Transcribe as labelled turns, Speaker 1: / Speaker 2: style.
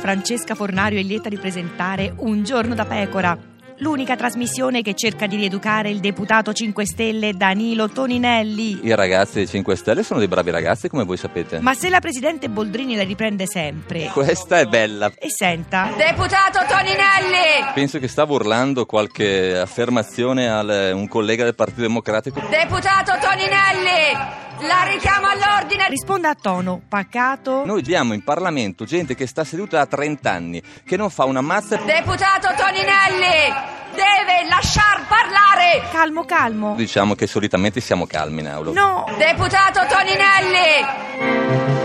Speaker 1: Francesca Fornario è lieta di presentare Un giorno da pecora. L'unica trasmissione che cerca di rieducare il deputato 5 Stelle Danilo Toninelli.
Speaker 2: I ragazzi dei 5 Stelle sono dei bravi ragazzi, come voi sapete.
Speaker 1: Ma se la presidente Boldrini la riprende sempre.
Speaker 2: Questa è bella.
Speaker 1: E senta,
Speaker 3: Deputato Toninelli!
Speaker 2: Penso che stavo urlando qualche affermazione a un collega del Partito Democratico.
Speaker 3: Deputato Toninelli! La richiamo all'ordine!
Speaker 1: risponda a tono, pacato.
Speaker 2: Noi diamo in Parlamento gente che sta seduta da 30 anni, che non fa una mazza.
Speaker 3: Deputato Toninelli! Deve lasciar parlare!
Speaker 1: Calmo, calmo.
Speaker 2: Diciamo che solitamente siamo calmi in aula.
Speaker 1: No,
Speaker 3: Deputato Toninelli!